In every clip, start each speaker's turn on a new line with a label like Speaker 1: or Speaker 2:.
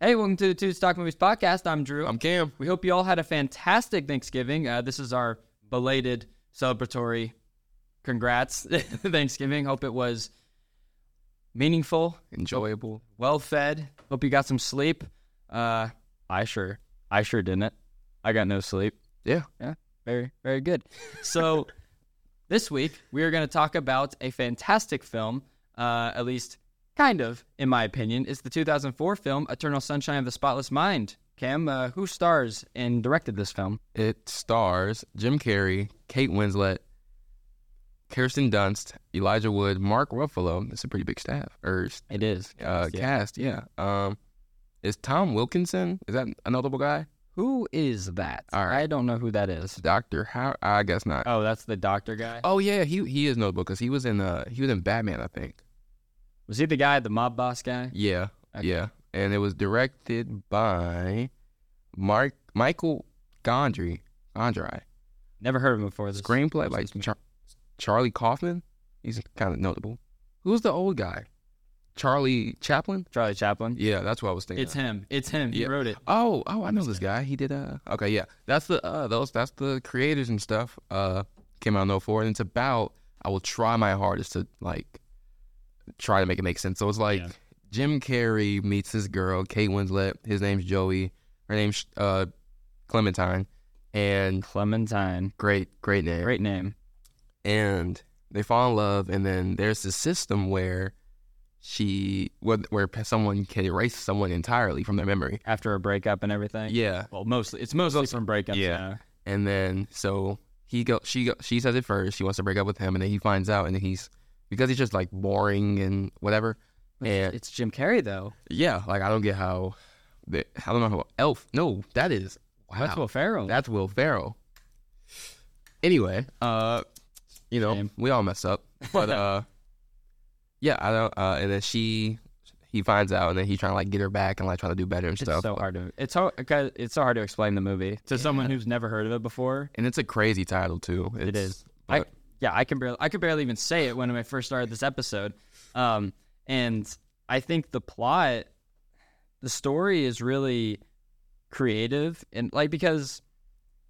Speaker 1: Hey, welcome to the Two Stock Movies podcast. I'm Drew.
Speaker 2: I'm Cam.
Speaker 1: we hope you all had a fantastic Thanksgiving. Uh, this is our belated celebratory congrats Thanksgiving. Hope it was meaningful,
Speaker 2: Enjoyable.
Speaker 1: well fed. Hope you got some sleep. Uh, I sure, I sure didn't. I got no sleep.
Speaker 2: Yeah.
Speaker 1: Yeah, very, very good. So this week we are going to talk about a fantastic film, uh, at least kind of, in my opinion. It's the 2004 film Eternal Sunshine of the Spotless Mind. Cam, uh, who stars and directed this film?
Speaker 2: It stars Jim Carrey, Kate Winslet, Kirsten Dunst, Elijah Wood, Mark Ruffalo. That's a pretty big staff or
Speaker 1: It is.
Speaker 2: uh, cast. Yeah. Um, is Tom Wilkinson? Is that a notable guy?
Speaker 1: Who is that?
Speaker 2: All right.
Speaker 1: I don't know who that is.
Speaker 2: Doctor? How? I guess not.
Speaker 1: Oh, that's the doctor guy.
Speaker 2: oh yeah, he he is notable because he was in uh he was in Batman, I think.
Speaker 1: Was he the guy, the mob boss guy?
Speaker 2: Yeah.
Speaker 1: Okay.
Speaker 2: Yeah. And it was directed by Mark Michael Gondry. Gondry.
Speaker 1: Never heard of him before. This.
Speaker 2: Screenplay like
Speaker 1: excuse me.
Speaker 2: Char- Charlie Kaufman. He's kind of notable. Who's the old guy? Charlie Chaplin?
Speaker 1: Charlie Chaplin.
Speaker 2: Yeah, that's what I was thinking.
Speaker 1: It's him. It's him. He
Speaker 2: Yeah.
Speaker 1: wrote it.
Speaker 2: oh, oh, I know this guy. He did uh Okay, yeah. That's the uh those that's the creators and stuff. Uh came out in 04 and it's about I will try my hardest to like try to make it make sense. So it's like
Speaker 1: Yeah.
Speaker 2: Jim Carrey meets this girl, Kate Winslet. His name's Joey. Her name's uh Clementine. And
Speaker 1: Clementine.
Speaker 2: great great name
Speaker 1: Great name.
Speaker 2: and they fall in love and then there's this system where she where, where pe- someone can erase someone entirely from their memory
Speaker 1: After a breakup and everything.
Speaker 2: yeah
Speaker 1: Well, mostly it's mostly from breakups.
Speaker 2: Yeah. and then so he go she go, she says it first she wants to break up with him and then he finds out and then he's because he's just like boring and whatever
Speaker 1: But
Speaker 2: and
Speaker 1: It's Jim Carrey though.
Speaker 2: yeah like i don't get how the, i don't know how elf no that is wow
Speaker 1: That's Will Ferrell.
Speaker 2: That's Will Ferrell. Anyway, uh, you know,
Speaker 1: Same.
Speaker 2: we all mess up, but uh, yeah, I don't. Uh, and then she, he finds out, and then he's trying to like get her back and like trying to do better and
Speaker 1: it's
Speaker 2: stuff.
Speaker 1: so hard to it's so okay, it's so hard to explain the movie to someone who's never heard of it before.
Speaker 2: and it's a crazy title too. It's,
Speaker 1: It is. I
Speaker 2: but-
Speaker 1: yeah, I can barely I could barely even say it when I first started this episode. Um, and I think the plot, the story is really creative and like because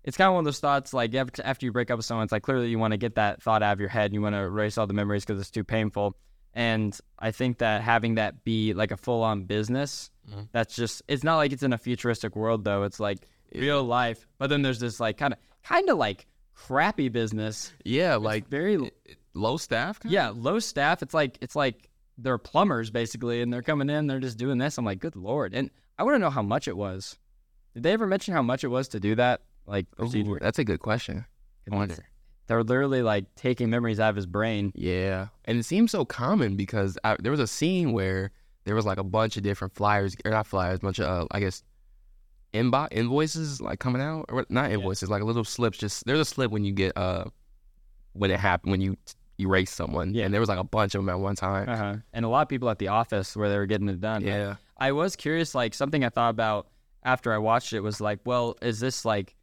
Speaker 1: it's kind of one of those thoughts like you have to- after you break up with someone, it's like clearly you want to get that thought out of your head and you want to erase all the memories because it's too painful. And I think that having that be like a full on business,
Speaker 2: Mhm.
Speaker 1: that's just it's not like it's in a futuristic world though. It's like real life. But then there's this like kind of kind of like crappy business.
Speaker 2: Yeah, like
Speaker 1: Very
Speaker 2: low staff. kinda?
Speaker 1: yeah, low staff. It's like it's like they're plumbers basically and they're coming in, they're just doing this. I'm like, good lord. And I want to know how much it was. Did they ever mention how much it was to do that? Like
Speaker 2: Ooh,
Speaker 1: procedure.
Speaker 2: that's a good question. Oh, I wonder.
Speaker 1: They're literally like taking memories out of his brain.
Speaker 2: Yeah, and it seems so common because I, there was a scene where there was like a bunch of different flyers, or not flyers, a bunch of uh, I guess inbox invoices like coming out, or what- not invoices, like little slips. Just there's a slip when you get uh when it happened when you t- erase someone,
Speaker 1: Yeah.
Speaker 2: and there was like a bunch of them at one time.
Speaker 1: Uh-huh. And a lot of people at the office where they were getting it done.
Speaker 2: Yeah,
Speaker 1: I was curious, like something I thought about after I watched it was like, well, is this like,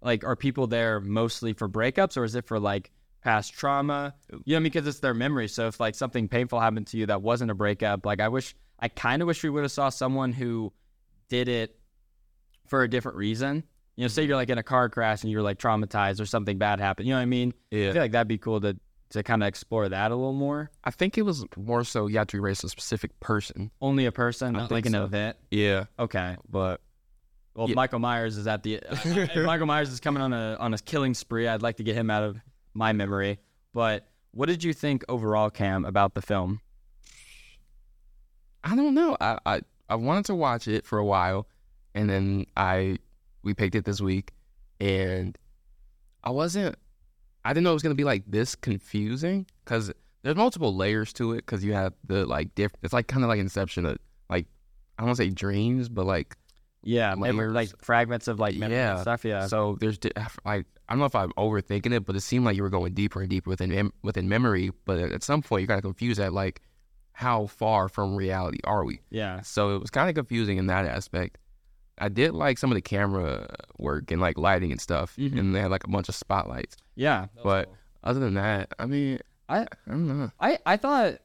Speaker 1: like, are people there mostly for breakups or is it for like past trauma? You know, because it's their memory. So if like something painful happened to you that wasn't a breakup, like I wish, I kind of wish we would have saw someone who did it for a different reason. You know,
Speaker 2: Mm-hmm.
Speaker 1: say you're like in a car crash and you're like traumatized or something bad happened. You know what I mean? I
Speaker 2: yeah.
Speaker 1: feel like that'd be cool to to kind of explore that a little more.
Speaker 2: I think it was more so you had to erase a specific person.
Speaker 1: Only a person,
Speaker 2: I
Speaker 1: not like
Speaker 2: think
Speaker 1: an
Speaker 2: so.
Speaker 1: event.
Speaker 2: Yeah,
Speaker 1: Okay.
Speaker 2: but
Speaker 1: Well, if
Speaker 2: Yeah.
Speaker 1: Michael Myers is at the. if Michael Myers is coming on a on a killing spree. I'd like to get him out of my memory. But what did you think overall, Cam, about the film?
Speaker 2: I don't know. I, I I wanted to watch it for a while, and then I we picked it this week, and I wasn't. I didn't know it was gonna be like this confusing because there's multiple layers to it. Because you have the like diff. It's like kind of like Inception. Of, like I don't want to say dreams, but like
Speaker 1: Yeah, mem-
Speaker 2: Memories.
Speaker 1: like fragments of like memory and
Speaker 2: Yeah.
Speaker 1: stuff. Yeah,
Speaker 2: so there's di- like I don't know if I'm overthinking it, but it seemed like you were going deeper and deeper within mem- within memory. But at some point, you're kind of confused at like how far from reality are we?
Speaker 1: yeah,
Speaker 2: So it was kind of confusing in that aspect. I did like some of the camera work and like lighting and stuff,
Speaker 1: Mhm.
Speaker 2: and they had like a bunch of spotlights.
Speaker 1: yeah.
Speaker 2: But- Other than that, I mean, I don't know.
Speaker 1: I I thought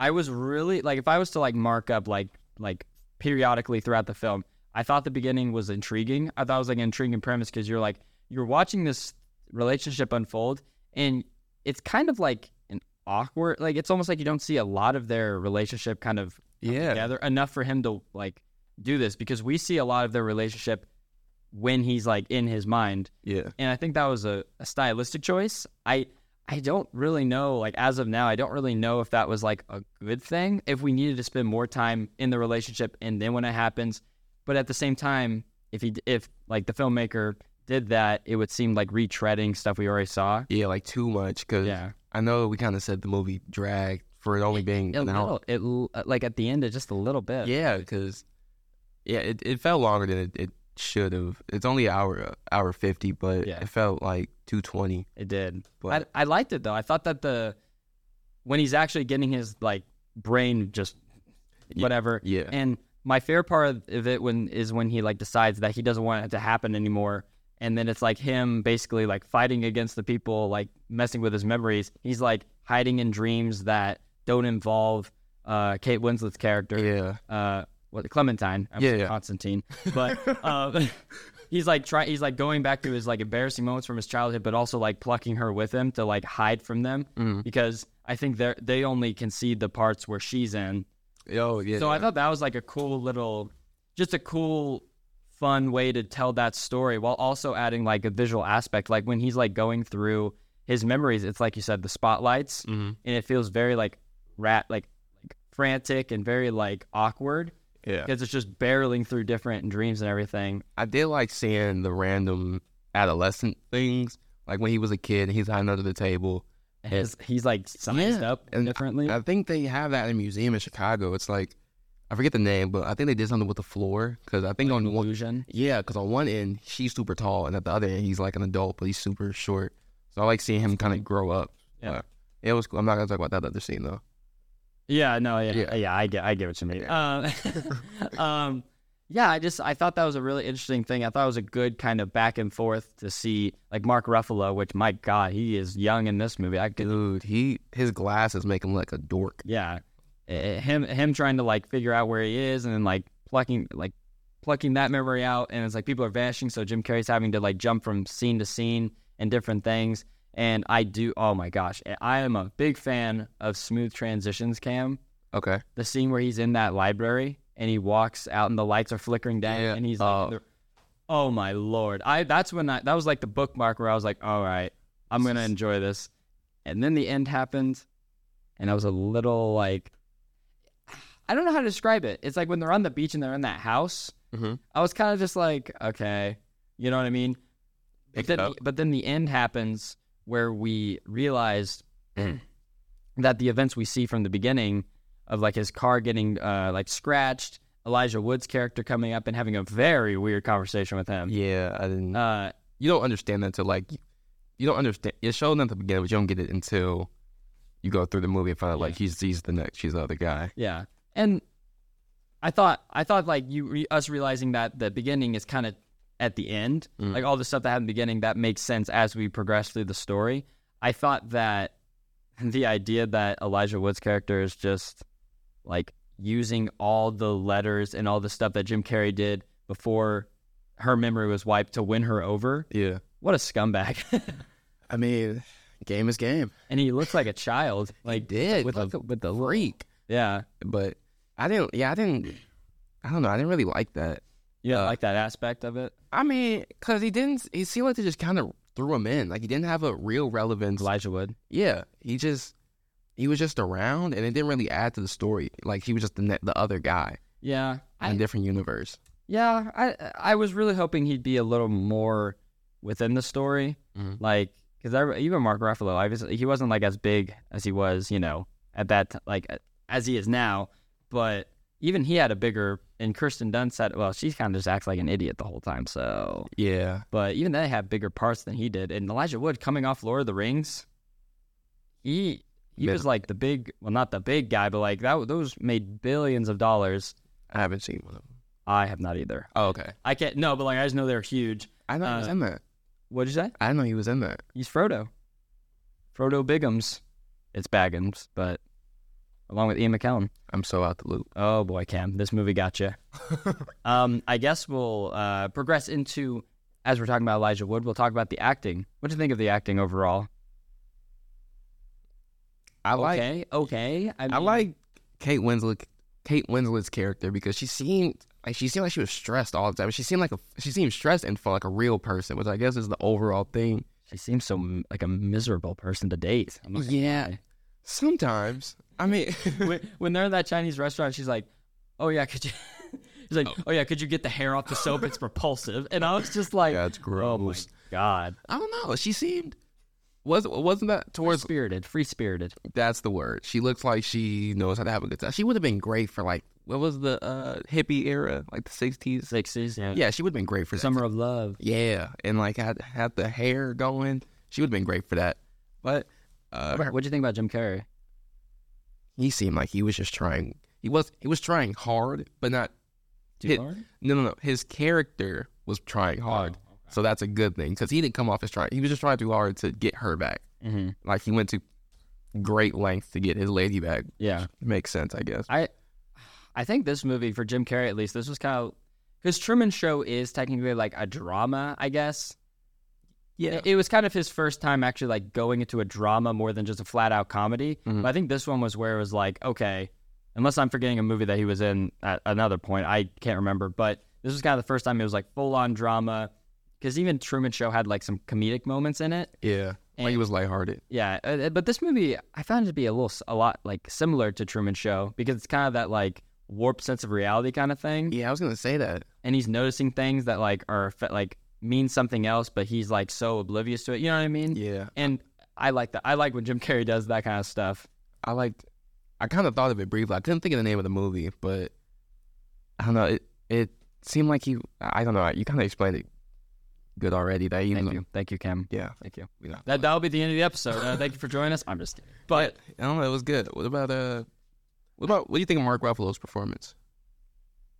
Speaker 1: I was really like if I was to like mark up like like periodically throughout the film, I thought the beginning was intriguing. I thought it was like an intriguing premise because you're like you're watching this relationship unfold and it's kind of like an awkward like it's almost like you don't see a lot of their relationship kind of
Speaker 2: Yeah.
Speaker 1: together enough for him to like do this because we see a lot of their relationship when he's like in his mind
Speaker 2: Yeah.
Speaker 1: and I think that was a, a stylistic choice. I I don't really know, like as of now, I don't really know if that was like a good thing. If we needed to spend more time in the relationship, and then when it happens, but at the same time, if he d- if like the filmmaker did that, it would seem like retreading stuff we already saw.
Speaker 2: Yeah, like too much because
Speaker 1: Yeah,
Speaker 2: I know we kind of said the movie dragged for it only being
Speaker 1: a
Speaker 2: an hour.
Speaker 1: little, it l- like at the end, it just a little bit.
Speaker 2: Yeah, because yeah, it, it felt longer than it, it should have. It's only hour hour fifty, but
Speaker 1: Yeah.
Speaker 2: it felt like two twenty.
Speaker 1: it did. I
Speaker 2: But
Speaker 1: I liked it though. I thought that the when he's actually getting his like brain just
Speaker 2: Ye-
Speaker 1: whatever
Speaker 2: yeah,
Speaker 1: And my favorite part of it when is when he like decides that he doesn't want it to happen anymore. And then it's like him basically like fighting against the people, like messing with his memories. He's like hiding in dreams that don't involve uh, Kate Winslet's character,
Speaker 2: yeah,
Speaker 1: uh, what Clementine, I'm
Speaker 2: Yeah,
Speaker 1: sorry,
Speaker 2: yeah.
Speaker 1: Constantine. But um, he's like trying, he's like going back to his like embarrassing moments from his childhood, but also like plucking her with him to like hide from them
Speaker 2: mm.
Speaker 1: because I think they are they only can see the parts where she's in,
Speaker 2: oh yeah.
Speaker 1: so I thought that was like a cool little, just a cool, fun way to tell that story while also adding like a visual aspect. Like when he's like going through his memories, it's like you said, the spotlights,
Speaker 2: Mhm.
Speaker 1: and it feels very like rat, like like frantic and very like awkward
Speaker 2: yeah,
Speaker 1: because it's just barreling through different dreams and everything.
Speaker 2: I did like seeing the random adolescent things, like when he was a kid, he's hiding under the table.
Speaker 1: And his, he's like sized
Speaker 2: Yeah,
Speaker 1: up
Speaker 2: and
Speaker 1: differently.
Speaker 2: I think they have that in a museum in Chicago. It's like I forget the name, but I think they did something with the floor because I think on one
Speaker 1: illusion.
Speaker 2: Yeah, because on one end she's super tall, and at the other end he's like an adult, but he's super short. So I like seeing him kind of grow up.
Speaker 1: Yeah.
Speaker 2: But it was. Cool. I'm not gonna talk about that other scene though.
Speaker 1: Yeah, no, yeah, yeah,
Speaker 2: Yeah.
Speaker 1: I get, I get what you mean. Um, um, yeah, I just, I thought that was a really interesting thing. I thought it was a good kind of back and forth to see, like Mark Ruffalo, which my God, he is young in this movie. I could,
Speaker 2: Dude, he his glasses make him like a dork.
Speaker 1: yeah, Eh, him, him trying to like figure out where he is, and then like plucking, like plucking that memory out, and it's like people are vanishing, so Jim Carrey's having to like jump from scene to scene and different things. And I do, oh my gosh, I am a big fan of smooth transitions, Cam.
Speaker 2: Okay.
Speaker 1: the scene where he's in that library and he walks out and the lights are flickering down
Speaker 2: Yeah.
Speaker 1: and he's like,
Speaker 2: Oh.
Speaker 1: "Oh my lord!" I that's when I that was like the bookmark where I was like, "All right, I'm gonna enjoy this," and then the end happened, and I was a little like, I don't know how to describe it. It's like when they're on the beach and they're in that house.
Speaker 2: Mhm.
Speaker 1: I was kind of just like, okay, you know what I mean. But
Speaker 2: Picked
Speaker 1: then,
Speaker 2: up.
Speaker 1: but then the end happens where we realized
Speaker 2: Mm.
Speaker 1: that the events we see from the beginning of like his car getting uh, like scratched, Elijah Wood's character coming up and having a very weird conversation with him.
Speaker 2: Yeah, I didn't.
Speaker 1: Uh,
Speaker 2: you don't understand that until like you don't understand. It's shown at the beginning, but you don't get it until you go through the movie and find out like he's he's the next he's the other guy.
Speaker 1: yeah, and I thought I thought like you re- us realizing that the beginning is kind of at the end,
Speaker 2: Mm.
Speaker 1: like all the stuff that happened in the beginning that makes sense as we progress through the story. I thought that the idea that Elijah Wood's character is just like using all the letters and all the stuff that Jim Carrey did before her memory was wiped to win her over.
Speaker 2: Yeah.
Speaker 1: What a scumbag.
Speaker 2: I mean, game is game.
Speaker 1: and he looks like a child. Like
Speaker 2: did
Speaker 1: with
Speaker 2: a
Speaker 1: the, with the
Speaker 2: Freak.
Speaker 1: yeah.
Speaker 2: But I didn't. Yeah, I didn't. I don't know. I didn't really like that.
Speaker 1: Yeah,
Speaker 2: Uh,
Speaker 1: like that aspect of it.
Speaker 2: I mean, because he didn't. He seemed like they just kind of threw him in. Like he didn't have a real relevance.
Speaker 1: Elijah Wood.
Speaker 2: yeah, he just he was just around, and it didn't really add to the story. Like he was just the ne- the other guy
Speaker 1: Yeah.
Speaker 2: in
Speaker 1: I,
Speaker 2: a different universe.
Speaker 1: yeah, I I was really hoping he'd be a little more within the story.
Speaker 2: Mhm.
Speaker 1: Like cuz even Mark Ruffalo, I was, he wasn't like as big as he was, you know, at that t- like uh, as he is now, but even he had a bigger and Kirsten Dunst had well, she kind of just acts like an idiot the whole time. So,
Speaker 2: Yeah,
Speaker 1: but even they have bigger parts than he did. And Elijah Wood coming off Lord of the Rings, he he
Speaker 2: Yeah.
Speaker 1: was like the big, well, not the big guy, but like that. Those made billions of dollars.
Speaker 2: I haven't seen one of them.
Speaker 1: I have not either.
Speaker 2: Oh, okay.
Speaker 1: I can't. No, but like I just know they're huge.
Speaker 2: I didn't know he was
Speaker 1: Uh,
Speaker 2: in that.
Speaker 1: What'd you say?
Speaker 2: I didn't know he was in that.
Speaker 1: He's Frodo. Frodo Biggums. It's Baggins, but along with Ian McKellen.
Speaker 2: I'm so out the loop.
Speaker 1: Oh boy, Cam, this movie got you. um, I guess we'll uh, progress into as we're talking about Elijah Wood. We'll talk about the acting. What do you think of the acting overall?
Speaker 2: I like
Speaker 1: Okay, okay.
Speaker 2: I
Speaker 1: mean,
Speaker 2: like Kate Winslet Kate Winslet's character because she seemed like she seemed like she was stressed all the time. She seemed like a she seemed stressed and felt like a real person, which I guess is the overall thing.
Speaker 1: She seems so m- like a miserable person to date. I'm like,
Speaker 2: Yeah. Sometimes. I mean
Speaker 1: when, when they're at that Chinese restaurant, she's like, "Oh yeah, could you?" She's like, "Oh yeah, could you get the hair off the soap? It's repulsive." And I was just like,
Speaker 2: Yeah, it's
Speaker 1: "Oh my
Speaker 2: gross.
Speaker 1: god,
Speaker 2: I don't know. She seemed was wasn't that
Speaker 1: free
Speaker 2: towards
Speaker 1: spirited, free spirited."
Speaker 2: that's the word. She looks like she knows how to have a good time. She would have been great for like what was the uh hippie era? Like the sixties?
Speaker 1: Sixties, yeah.
Speaker 2: Yeah, she would have been great for that.
Speaker 1: Summer of Love.
Speaker 2: Yeah, and like had had the hair going. She would have been great for that. But uh,
Speaker 1: What do you think about Jim Carrey?
Speaker 2: he seemed like he was just trying. He was he was trying hard, but not.
Speaker 1: Too
Speaker 2: hit-
Speaker 1: hard?
Speaker 2: No, no, no. His character was trying hard, so that's a good thing because he didn't come off as trying. He was just trying too hard to get her back.
Speaker 1: Mm-hmm.
Speaker 2: Like he went to great lengths to get his lady back.
Speaker 1: Yeah,
Speaker 2: Makes sense, I guess.
Speaker 1: I, I think this movie for Jim Carrey at least, this was kind of because Truman Show is technically like a drama, I guess.
Speaker 2: Yeah.
Speaker 1: It was kind of his first time actually like going into a drama more than just a flat out comedy.
Speaker 2: Mhm.
Speaker 1: But I think this one was where it was like, okay, unless I'm forgetting a movie that he was in at another point, I can't remember. But this was kind of the first time it was like full on drama because even Truman Show had like some comedic moments in it.
Speaker 2: Yeah, like he
Speaker 1: And-
Speaker 2: was lighthearted.
Speaker 1: Yeah, uh, uh, but this movie I found it to be a little, s- a lot like similar to Truman Show because it's kind of that like warped sense of reality kind of thing,
Speaker 2: Yeah, I was gonna say that.
Speaker 1: and he's noticing things that like are fe- like mean something else, but he's like so oblivious to it. You know what I mean?
Speaker 2: Yeah,
Speaker 1: And I like that. I like when Jim Carrey does that kind of stuff.
Speaker 2: I liked. I kind of thought of it briefly. I couldn't think of the name of the movie, but I don't know. It it seemed like you. I don't know. You kind of explained it good already. That you,
Speaker 1: Thank you, thank you, Kim.
Speaker 2: yeah.
Speaker 1: Thank you.
Speaker 2: You know,
Speaker 1: That that'll be the end of the episode. Uh, thank you for joining us. I'm just kidding. But
Speaker 2: I don't know. It was good. What about uh? What about what do you think of Mark Ruffalo's performance?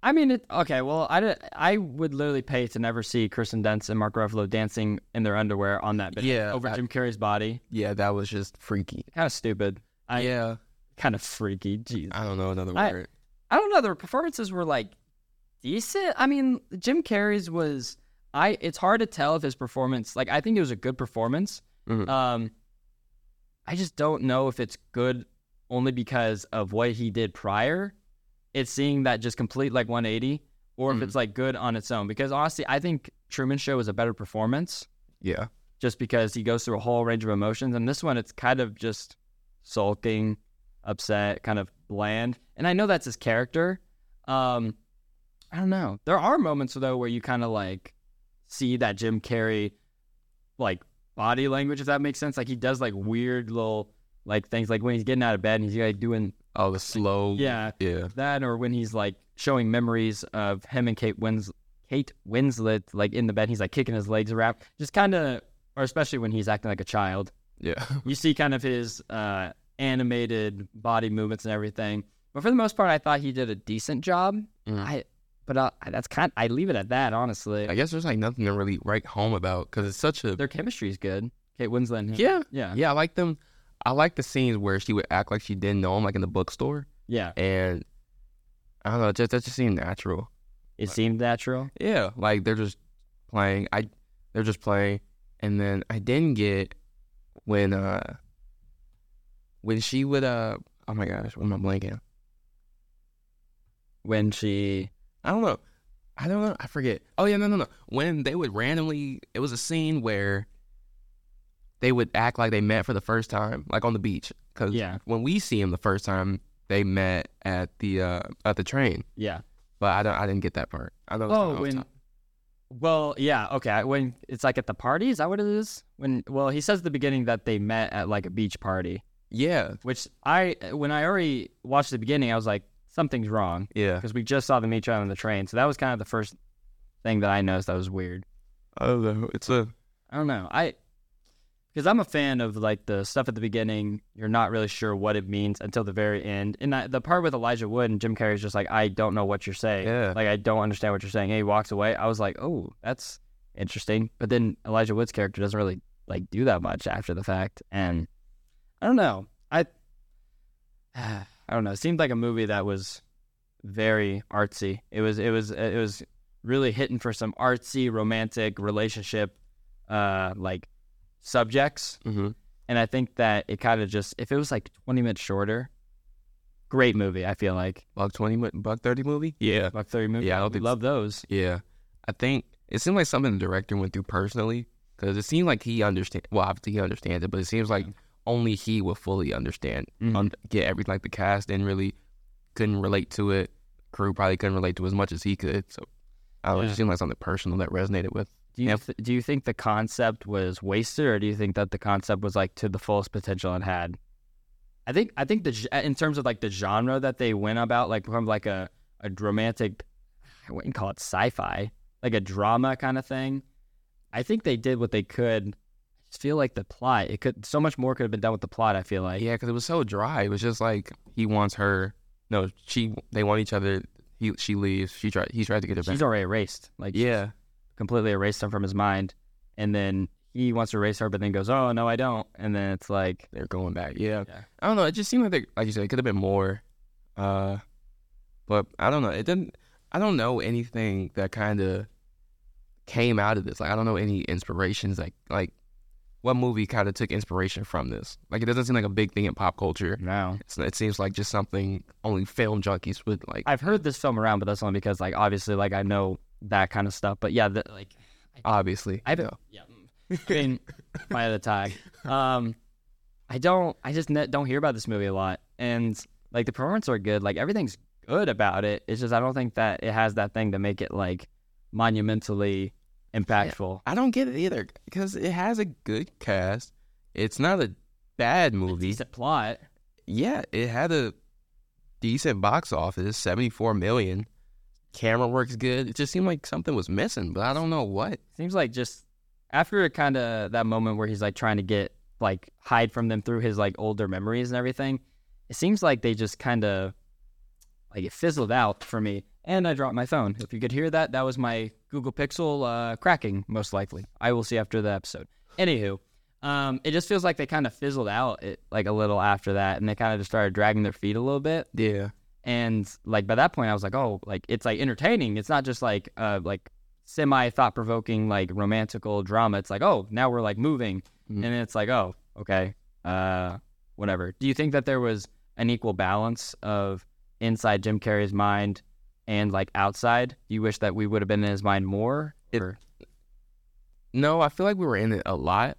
Speaker 1: I mean, it, okay. Well, I, did, I would literally pay to never see Kristen Dunst and Mark Ruffalo dancing in their underwear on that bed
Speaker 2: Yeah,
Speaker 1: over
Speaker 2: I-
Speaker 1: Jim Carrey's body.
Speaker 2: Yeah, that was just freaky.
Speaker 1: Kind of stupid. I,
Speaker 2: yeah,
Speaker 1: kind of freaky. Jeez.
Speaker 2: I don't know another
Speaker 1: I-
Speaker 2: word.
Speaker 1: I don't know. The performances were like decent. I mean, Jim Carrey's was. I. It's hard to tell if his performance. Like, I think it was a good performance.
Speaker 2: Mhm.
Speaker 1: Um, I just don't know if it's good only because of what he did prior. It's seeing that just complete like 180, or if
Speaker 2: Mhm.
Speaker 1: it's like good on its own. Because honestly, I think Truman Show is a better performance
Speaker 2: Yeah,
Speaker 1: just because he goes through a whole range of emotions. And this one, it's kind of just sulking, upset, kind of bland. And I know that's his character. Um, I don't know. There are moments though where you kind of like see that Jim Carrey, like body language, if that makes sense. Like he does like weird little like things, like when he's getting out of bed and he's like doing
Speaker 2: oh the slow.
Speaker 1: yeah
Speaker 2: yeah,
Speaker 1: that, or when he's like showing memories of him and Kate Wins Kate Winslet like in the bed, he's like kicking his legs around, just kind of, or especially when he's acting like a child,
Speaker 2: yeah.
Speaker 1: you see kind of his uh, animated body movements and everything. But for the most part, I thought he did a decent job.
Speaker 2: Mm.
Speaker 1: I, but uh, that's kind. I leave it at that, honestly.
Speaker 2: I guess there's like nothing to really write home about because it's such a
Speaker 1: Their chemistry is good. Kate Winslet. And him.
Speaker 2: yeah.
Speaker 1: yeah,
Speaker 2: Yeah, I like them. I like the scenes where she would act like she didn't know him, like in the bookstore,
Speaker 1: yeah.
Speaker 2: and I don't know, it just that just seemed natural.
Speaker 1: It seemed natural.
Speaker 2: Yeah, like they're just playing. I they're just playing, and then I didn't get when uh when she would uh oh my gosh, what am I blanking?
Speaker 1: When she,
Speaker 2: I don't know. I don't know. I forget. Oh yeah, no, no, no. When they would randomly, it was a scene where they would act like they met for the first time, like on the beach. Because
Speaker 1: Yeah.
Speaker 2: when we see them the first time, they met at the uh, at the train.
Speaker 1: yeah.
Speaker 2: But I don't. I didn't get that part. I don't.
Speaker 1: Oh, when. Well, yeah, okay. I- When it's like at the party, is that what it is? When well, he says at the beginning that they met at like a beach party,
Speaker 2: Yeah.
Speaker 1: which I when I already watched the beginning, I was like something's wrong
Speaker 2: Yeah.
Speaker 1: because we just saw them each other on the train. So that was kind of the first thing that I noticed that was weird.
Speaker 2: I don't know. Oh, It's a.
Speaker 1: I don't know. I because I'm a fan of like the stuff at the beginning. You're not really sure what it means until the very end. And I, the part with Elijah Wood and Jim Carrey is just like, I don't know what you're saying.
Speaker 2: Yeah.
Speaker 1: Like I don't understand what you're saying. And he walks away. I was like, oh, that's interesting. But then Elijah Wood's character doesn't really like do that much after the fact, and I don't know. I I don't know. It seemed like a movie that was very artsy. It was it was it was really hitting for some artsy romantic relationship uh like subjects.
Speaker 2: Mm-hmm.
Speaker 1: And I think that it kind of just if it was like 20 minutes shorter, great movie, I feel like.
Speaker 2: Buck twenty, mo- buck thirty movie. Yeah,
Speaker 1: Like 30 movies.
Speaker 2: Yeah, I don't
Speaker 1: we
Speaker 2: think-
Speaker 1: love those.
Speaker 2: yeah. I think it seemed like something the director went through personally because it seemed like he understand. Well, obviously he understands it, but it seems like only he would fully understand,
Speaker 1: Mhm.
Speaker 2: un- get everything. Like the cast didn't really couldn't relate to it. Crew probably couldn't relate to it as much as he could. So I don't know, it
Speaker 1: Yeah.
Speaker 2: just seemed like something personal that resonated with.
Speaker 1: Do you
Speaker 2: Yeah.
Speaker 1: th- do you think the concept was wasted, or do you think that the concept was like to the fullest potential it had? I think I think the g- in terms of like the genre that they went about, like from like a a romantic, I wouldn't call it sci-fi, like a drama kind of thing. I think they did what they could. I just feel like the plot, it could so much more could have been done with the plot. I feel like
Speaker 2: Yeah, because it was so dry. It was just like he wants her. No, she. They want each other. He. She leaves. She tried. He tried to get her back.
Speaker 1: she's already erased. Like she's
Speaker 2: Yeah.
Speaker 1: completely erased him from his mind, and then he wants to erase her, but then goes, "Oh no, I don't," and then it's like.
Speaker 2: they're going back. Yeah.
Speaker 1: Yeah.
Speaker 2: I don't know. It just seemed like they, like you said, it could have been more. Uh, but I don't know. It didn't. I don't know anything that kind of came out of this. Like I don't know any inspirations. Like like what movie kind of took inspiration from this? Like it doesn't seem like a big thing in pop culture.
Speaker 1: No,
Speaker 2: It's, it seems like just something only film junkies would like.
Speaker 1: I've heard this film around, but that's only because like obviously like I know that kind of stuff. But yeah, the, like
Speaker 2: obviously,
Speaker 1: I don't. Yeah, mm. I mean, my other tag. Um, I don't. I just ne- don't hear about this movie a lot, and like the performances are good. Like everything's good about it. It's just I don't think that it has that thing to make it like monumentally impactful.
Speaker 2: I don't get it either because it has a good cast. It's not a bad movie.
Speaker 1: Decent plot.
Speaker 2: yeah, it had a decent box office, seventy four million. Camera works good. It just seemed like something was missing, but I don't know what.
Speaker 1: Seems like just after kind of that moment where he's like trying to get like hide from them through his like older memories and everything, it seems like they just kind of like it fizzled out for me. And I dropped my phone. If you could hear that, that was my Google Pixel uh, cracking, most likely. I will see after the episode. Anywho, um, it just feels like they kind of fizzled out it, like a little after that, and they kind of just started dragging their feet a little bit
Speaker 2: Yeah,
Speaker 1: and like by that point i was like oh like it's like entertaining it's not just like uh like semi thought provoking like romantical drama it's like oh now we're like moving
Speaker 2: Mhm.
Speaker 1: and then it's like oh okay uh whatever do you think that there was an equal balance of inside jim carrey's mind and like outside do you wish that we would have been in his mind more
Speaker 2: It-
Speaker 1: Or-
Speaker 2: no, I feel like we were in it a lot.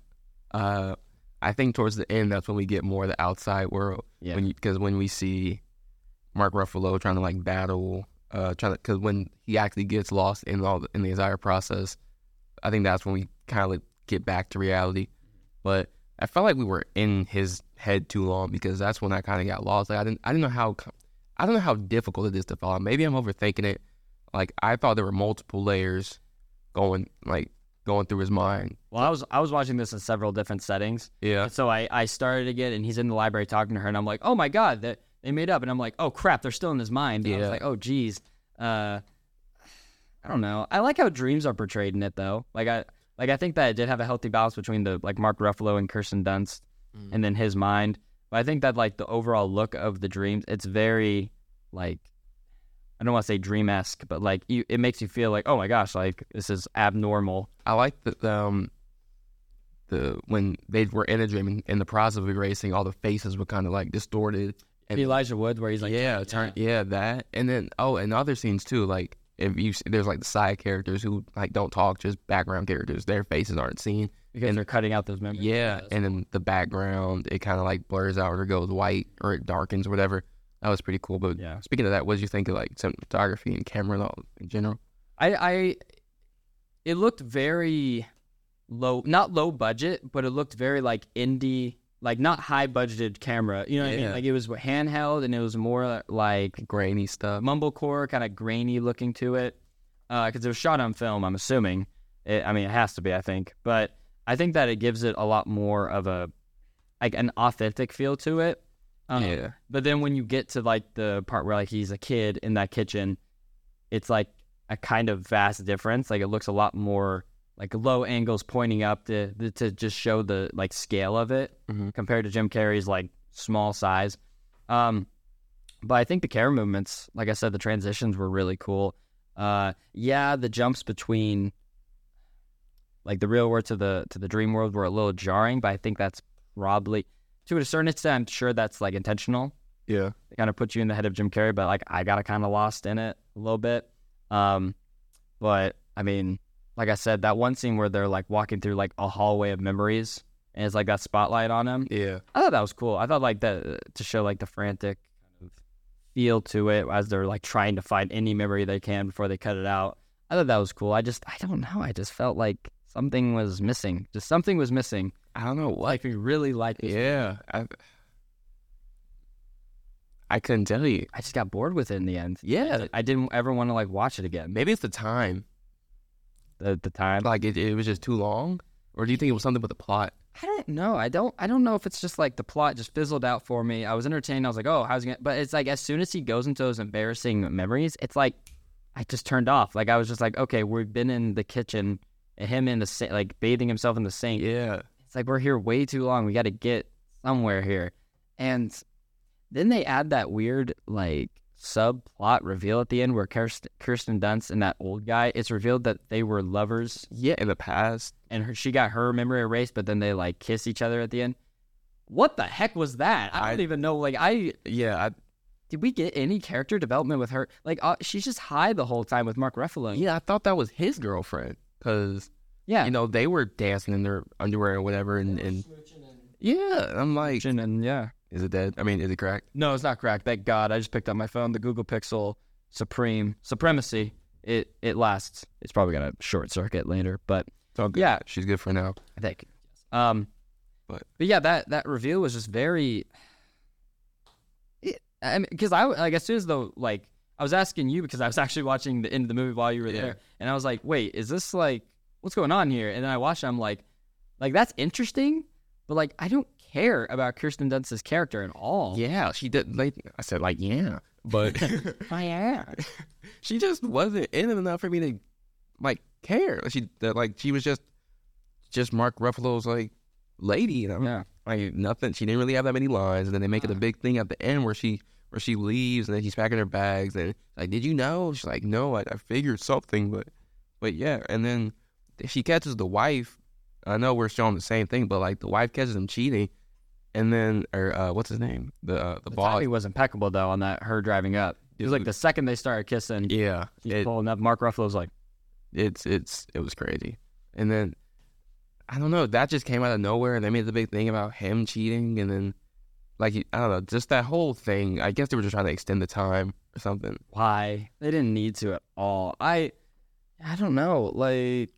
Speaker 2: Uh, I think towards the end, that's when we get more of the outside world.
Speaker 1: yeah
Speaker 2: When because when we see Mark Ruffalo trying to like battle, uh, trying to because when he actually gets lost in all the, in the entire process, I think that's when we kind of get back to reality. But I felt like we were in his head too long because that's when I kind of got lost. Like I didn't I didn't know how co- I don't know how difficult it is to follow. Maybe I'm overthinking it. Like I thought there were multiple layers going like going through his mind.
Speaker 1: well i was i was watching this in several different settings
Speaker 2: Yeah.
Speaker 1: So I, I started again, and he's in the library talking to her, and I'm like, oh my god, that they made up, and I'm like, oh crap, they're still in his mind. And I was
Speaker 2: Yeah.
Speaker 1: like, oh geez, uh, I don't know. I like how dreams are portrayed in it though. Like I like I think that it did have a healthy balance between the like Mark Ruffalo and Kirsten Dunst,
Speaker 2: Mm.
Speaker 1: and then his mind. But I think that like the overall look of the dreams, it's very like. I don't want to say dream esque, but like you, it makes you feel like, oh my gosh, like this is abnormal.
Speaker 2: I like that um the when they were in a dream and in the process of erasing all the faces were kind of like distorted. And-
Speaker 1: Elijah Wood, where he's like,
Speaker 2: yeah, turn yeah that and then oh and other scenes too like if you s- there's like the side characters who like don't talk just background characters their faces aren't seen
Speaker 1: because
Speaker 2: and-
Speaker 1: they're cutting out those memories.
Speaker 2: yeah
Speaker 1: that's
Speaker 2: and then the background it kind of like blurs out or goes white or it darkens or whatever that was pretty cool but
Speaker 1: Yeah.
Speaker 2: speaking of that what did you think of like cinematography and camera and all in general
Speaker 1: I, I it looked very low not low budget, but it looked very like indie like not high budgeted camera. You know what I mean?
Speaker 2: Yeah.
Speaker 1: Like it was handheld and it was more like
Speaker 2: grainy stuff
Speaker 1: mumblecore kind of grainy looking to it. because it was shot on film, I'm assuming. It, I mean it has to be, I think. But I think that it gives it a lot more of a like an authentic feel to it. Um,
Speaker 2: yeah
Speaker 1: but then when you get to like the part where like he's a kid in that kitchen, it's like a kind of vast difference. Like it looks a lot more like low angles pointing up to to just show the like scale of it
Speaker 2: Mhm.
Speaker 1: compared to Jim Carrey's like small size. Um, but I think the camera movements, like I said, the transitions were really cool. Uh, yeah, the jumps between like the real world to the to the dream world were a little jarring, but I think that's probably to a certain extent. I'm sure that's like intentional
Speaker 2: Yeah.
Speaker 1: it kind of puts you in the head of Jim Carrey, but like I got kind of lost in it a little bit. Um, but I mean, like I said, that one scene where they're like walking through like a hallway of memories and it's like that spotlight on them.
Speaker 2: Yeah.
Speaker 1: I thought that was cool. I thought like that uh, to show like the frantic kind of feel to it as they're like trying to find any memory they can before they cut it out. I thought that was cool. I just I don't know. I just felt like something was missing. Just something was missing.
Speaker 2: I don't know what.
Speaker 1: Like we really liked this.
Speaker 2: Yeah. I I couldn't tell you.
Speaker 1: I just got bored with it in the end.
Speaker 2: Yeah.
Speaker 1: I didn't ever want to like watch it again.
Speaker 2: Maybe it's the time.
Speaker 1: At the time.
Speaker 2: Like it, it was just too long? Or do you think it was something with the plot?
Speaker 1: I don't know. I don't. I don't know if it's just like the plot just fizzled out for me. I was entertained. I was like, oh, how's it gonna? But it's like as soon as he goes into those embarrassing memories, it's like I just turned off. Like I was just like, okay, we've been in the kitchen, and him in the sink, like bathing himself in the sink.
Speaker 2: Yeah.
Speaker 1: It's like we're here way too long. We got to get somewhere here, and then they add that weird like subplot reveal at the end where Kirsten, Kirsten Dunst and that old guy. It's revealed that they were lovers
Speaker 2: Yeah, in the past.
Speaker 1: and her, she got her memory erased, but then they like kiss each other at the end. What the heck was that? I don't
Speaker 2: I-
Speaker 1: even know. Like, I
Speaker 2: Yeah, I,
Speaker 1: did we get any character development with her? Like, uh, she's just high the whole time with Mark Ruffalo.
Speaker 2: yeah, I thought that was his girlfriend because
Speaker 1: yeah,
Speaker 2: you know they were dancing in their underwear or whatever, and, and yeah, I'm like,
Speaker 1: and, and yeah.
Speaker 2: is it dead? I mean, is it cracked?
Speaker 1: No, it's not cracked. Thank God. I just picked up my phone. The Google Pixel Supreme Supremacy. It it lasts. It's probably gonna short circuit later, but
Speaker 2: It's all good.
Speaker 1: Yeah.
Speaker 2: she's good for now.
Speaker 1: I think. Um,
Speaker 2: But-
Speaker 1: but yeah, that that reveal was just very. It, I mean, because I w- like as soon as the like I was asking you because I was actually watching the end of the movie while you were
Speaker 2: Yeah.
Speaker 1: there, and I was like, wait, is this like what's going on here? And then I watched, it, I'm like, like that's interesting, but like I don't care about Kirsten Dunst's character at all.
Speaker 2: Yeah, she did. Like I said, like yeah, but
Speaker 1: My ass.
Speaker 2: she just wasn't in it enough for me to like care. She that, like she was just just Mark Ruffalo's like lady, and I'm
Speaker 1: Yeah.
Speaker 2: like nothing. She didn't really have that many lines, and then they make it a big thing at the end where she where she leaves, and then she's packing her bags, and like, did you know? She's like, no, I, I figured something, but but yeah, and then she catches the wife. I know we're showing the same thing, but like the wife catches him cheating, and then or uh, what's his name? The uh, the,
Speaker 1: The
Speaker 2: boss.
Speaker 1: timing was impeccable though on that her driving up. It was like the second they started kissing,
Speaker 2: Yeah,
Speaker 1: she's
Speaker 2: it-
Speaker 1: pulling up. Mark Ruffalo's like,
Speaker 2: it's it's it was crazy. And then I don't know, that just came out of nowhere, and they made the big thing about him cheating, and then like I don't know, just that whole thing. I guess they were just trying to extend the time or something.
Speaker 1: why they didn't need to at all. I I don't know. Like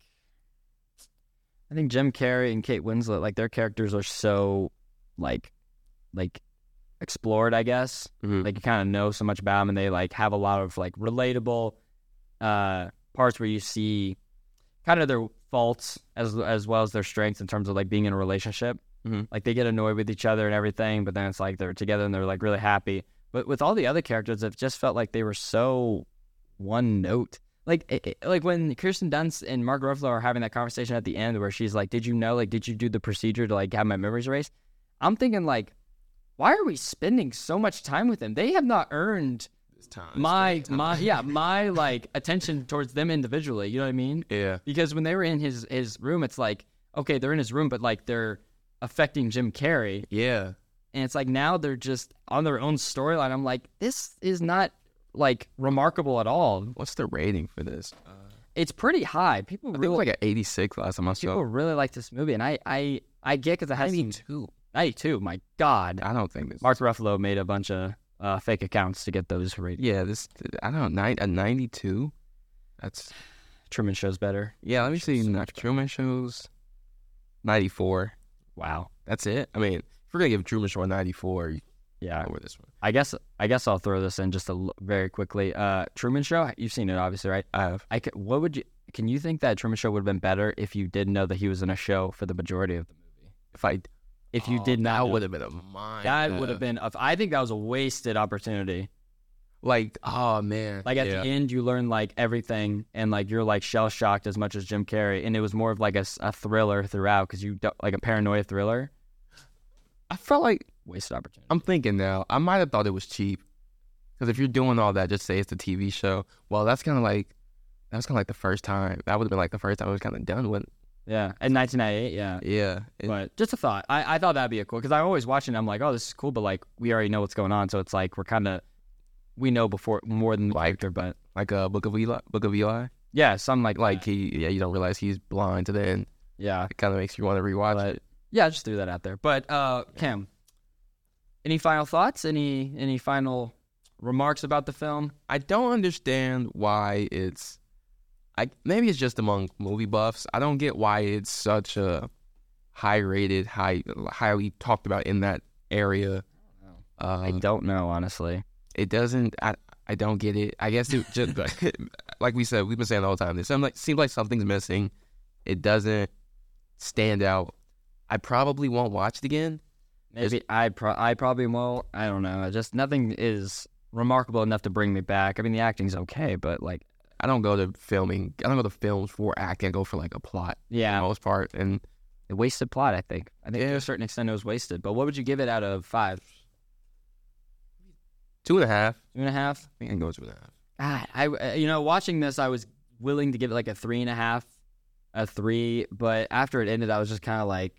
Speaker 1: I think Jim Carrey and Kate Winslet, like their characters are so like like explored, I guess.
Speaker 2: Mhm.
Speaker 1: Like you kind of know so much about them, and they like have a lot of like relatable uh parts where you see kind of their faults as as well as their strengths in terms of like being in a relationship.
Speaker 2: Mhm.
Speaker 1: Like they get annoyed with each other and everything, but then it's like they're together and they're like really happy. But with all the other characters, it just felt like they were so one note. Like it, it- like when Kirsten Dunst and Mark Ruffalo are having that conversation at the end where she's like, "Did you know? Like, did you do the procedure to like have my memories erased?" I'm thinking like, why are we spending so much time with them? They have not earned my my yeah my like attention towards them individually. You know what I mean?
Speaker 2: yeah
Speaker 1: Because when they were in his his room, it's like okay, they're in his room, but like they're affecting Jim Carrey,
Speaker 2: yeah
Speaker 1: and it's like now they're just on their own storyline. I'm like, this is not like remarkable at all.
Speaker 2: what's the rating for this uh,
Speaker 1: It's pretty high. People
Speaker 2: i think it was
Speaker 1: really
Speaker 2: like an 86 last time i
Speaker 1: people
Speaker 2: saw
Speaker 1: really like this movie, and I I I get because it has some-
Speaker 2: 92
Speaker 1: 92. My God,
Speaker 2: i don't think this
Speaker 1: Mark Ruffalo made a bunch of uh, fake accounts to get those ratings.
Speaker 2: yeah this i don't know nine, a 92 that's
Speaker 1: Truman Show's better.
Speaker 2: yeah let me see
Speaker 1: So
Speaker 2: Not- truman shows 94
Speaker 1: Wow.
Speaker 2: that's it i mean if we're gonna give truman show a 94
Speaker 1: Yeah.
Speaker 2: over this one.
Speaker 1: I guess I guess I'll throw this in just a l- very quickly. Uh, Truman Show. You've seen it, obviously, right?
Speaker 2: I have.
Speaker 1: I c- what would you? Can you think that Truman Show would have been better if you did know that he was in a show for the majority of the movie?
Speaker 2: If I
Speaker 1: If you did not,
Speaker 2: I
Speaker 1: know-
Speaker 2: would have been a mind.
Speaker 1: That would have been. a- I think that was a wasted opportunity.
Speaker 2: Like, oh man,
Speaker 1: Like at
Speaker 2: yeah.
Speaker 1: the end, you learn like everything, and like you're like shell shocked as much as Jim Carrey, and it was more of like a, s- a thriller throughout because you don't, like a paranoia thriller.
Speaker 2: I felt like
Speaker 1: Wasted opportunity.
Speaker 2: I'm thinking now. I might have thought it was cheap, because if you're doing all that, just say it's a TV show. Well, that's kind of like that was kind of like the first time. That would have been like the first time I was kind of done with.
Speaker 1: yeah, in 1998. Yeah,
Speaker 2: Yeah, it-
Speaker 1: but just a thought. I, I thought that'd be a cool because I always watch it. and I'm like, oh, this is cool, but like we already know what's going on, so it's like we're kind of we know before more than the
Speaker 2: Like-
Speaker 1: character, but
Speaker 2: like a Book of Eli. Book of Eli.
Speaker 1: yeah, some like
Speaker 2: Like
Speaker 1: like
Speaker 2: he, yeah, you don't realize he's blind to the end.
Speaker 1: yeah,
Speaker 2: It kind of makes you want to rewatch
Speaker 1: But-
Speaker 2: it.
Speaker 1: yeah. I Just threw that out there. But uh, Cam, any final thoughts? Any any final remarks about the film?
Speaker 2: I don't understand why it's. I maybe it's just among movie buffs. I don't get why it's such a high rated, high highly talked about in that area. Uh,
Speaker 1: I don't know, honestly.
Speaker 2: it doesn't. I I don't get it. I guess it just like we said, we've been saying the whole time. This like seems like something's missing. It doesn't stand out. I probably won't watch it again. It's-
Speaker 1: Maybe I pro- I probably won't. I don't know. I Just nothing is remarkable enough to bring me back. I mean, the acting's okay, but like,
Speaker 2: I don't go to filming. I don't go to films for acting. I go for like a plot for the
Speaker 1: yeah,
Speaker 2: most part. And
Speaker 1: it wasted plot. I think. I think to
Speaker 2: Yeah.
Speaker 1: a certain extent it was wasted. But what would you give it out of five?
Speaker 2: two and a half.
Speaker 1: Two and a half.
Speaker 2: I think I can go two and a half.
Speaker 1: God, I uh, you know watching this, I was willing to give it like a three and a half, a three. But after it ended, I was just kind of like,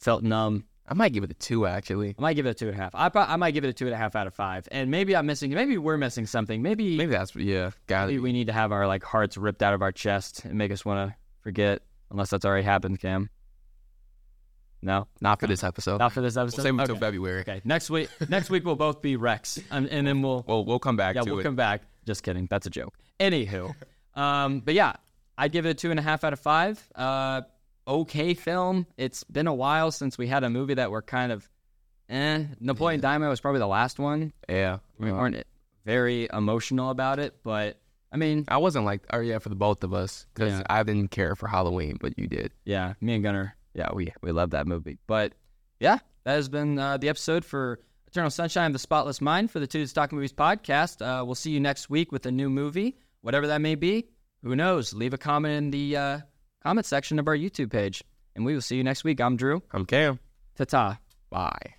Speaker 1: felt numb.
Speaker 2: I might give it a two actually.
Speaker 1: I might give it a two and a half. I, pro- I might give it a two and a half out of five. And maybe I'm missing. Maybe we're missing something. Maybe
Speaker 2: Maybe that's yeah. Got
Speaker 1: Maybe
Speaker 2: it.
Speaker 1: we need to have our like hearts ripped out of our chest and make us want to forget, unless that's already happened, Cam. No,
Speaker 2: Not for this episode.
Speaker 1: not for this
Speaker 2: We'll
Speaker 1: episode.
Speaker 2: save it until
Speaker 1: okay.
Speaker 2: February.
Speaker 1: Okay. next week. Next week we'll both be Rex, and, and then we'll
Speaker 2: Well, we'll come back
Speaker 1: yeah
Speaker 2: to
Speaker 1: we'll
Speaker 2: it.
Speaker 1: come back. Just kidding, that's a joke. Anywho, um, but yeah, I'd give it a two and a half out of five. Uh, okay film. It's been a while since we had a movie that we're kind of, eh. Napoleon Dynamite was probably the last one.
Speaker 2: yeah.
Speaker 1: We aren't very emotional about it, but I mean,
Speaker 2: I wasn't like, oh yeah, for the both of us, because
Speaker 1: Yeah.
Speaker 2: I didn't care for Halloween, but you did.
Speaker 1: Yeah, me and Gunner. Yeah, we we love that movie. But yeah, that has been uh, the episode for Eternal Sunshine of the Spotless Mind for the Two Dudes Talking Movies podcast. Uh, we'll see you next week with a new movie, whatever that may be. Who knows? Leave a comment in the uh, comment section of our YouTube page, and we will see you next week. I'm Drew.
Speaker 2: I'm Cam.
Speaker 1: Ta ta.
Speaker 2: Bye.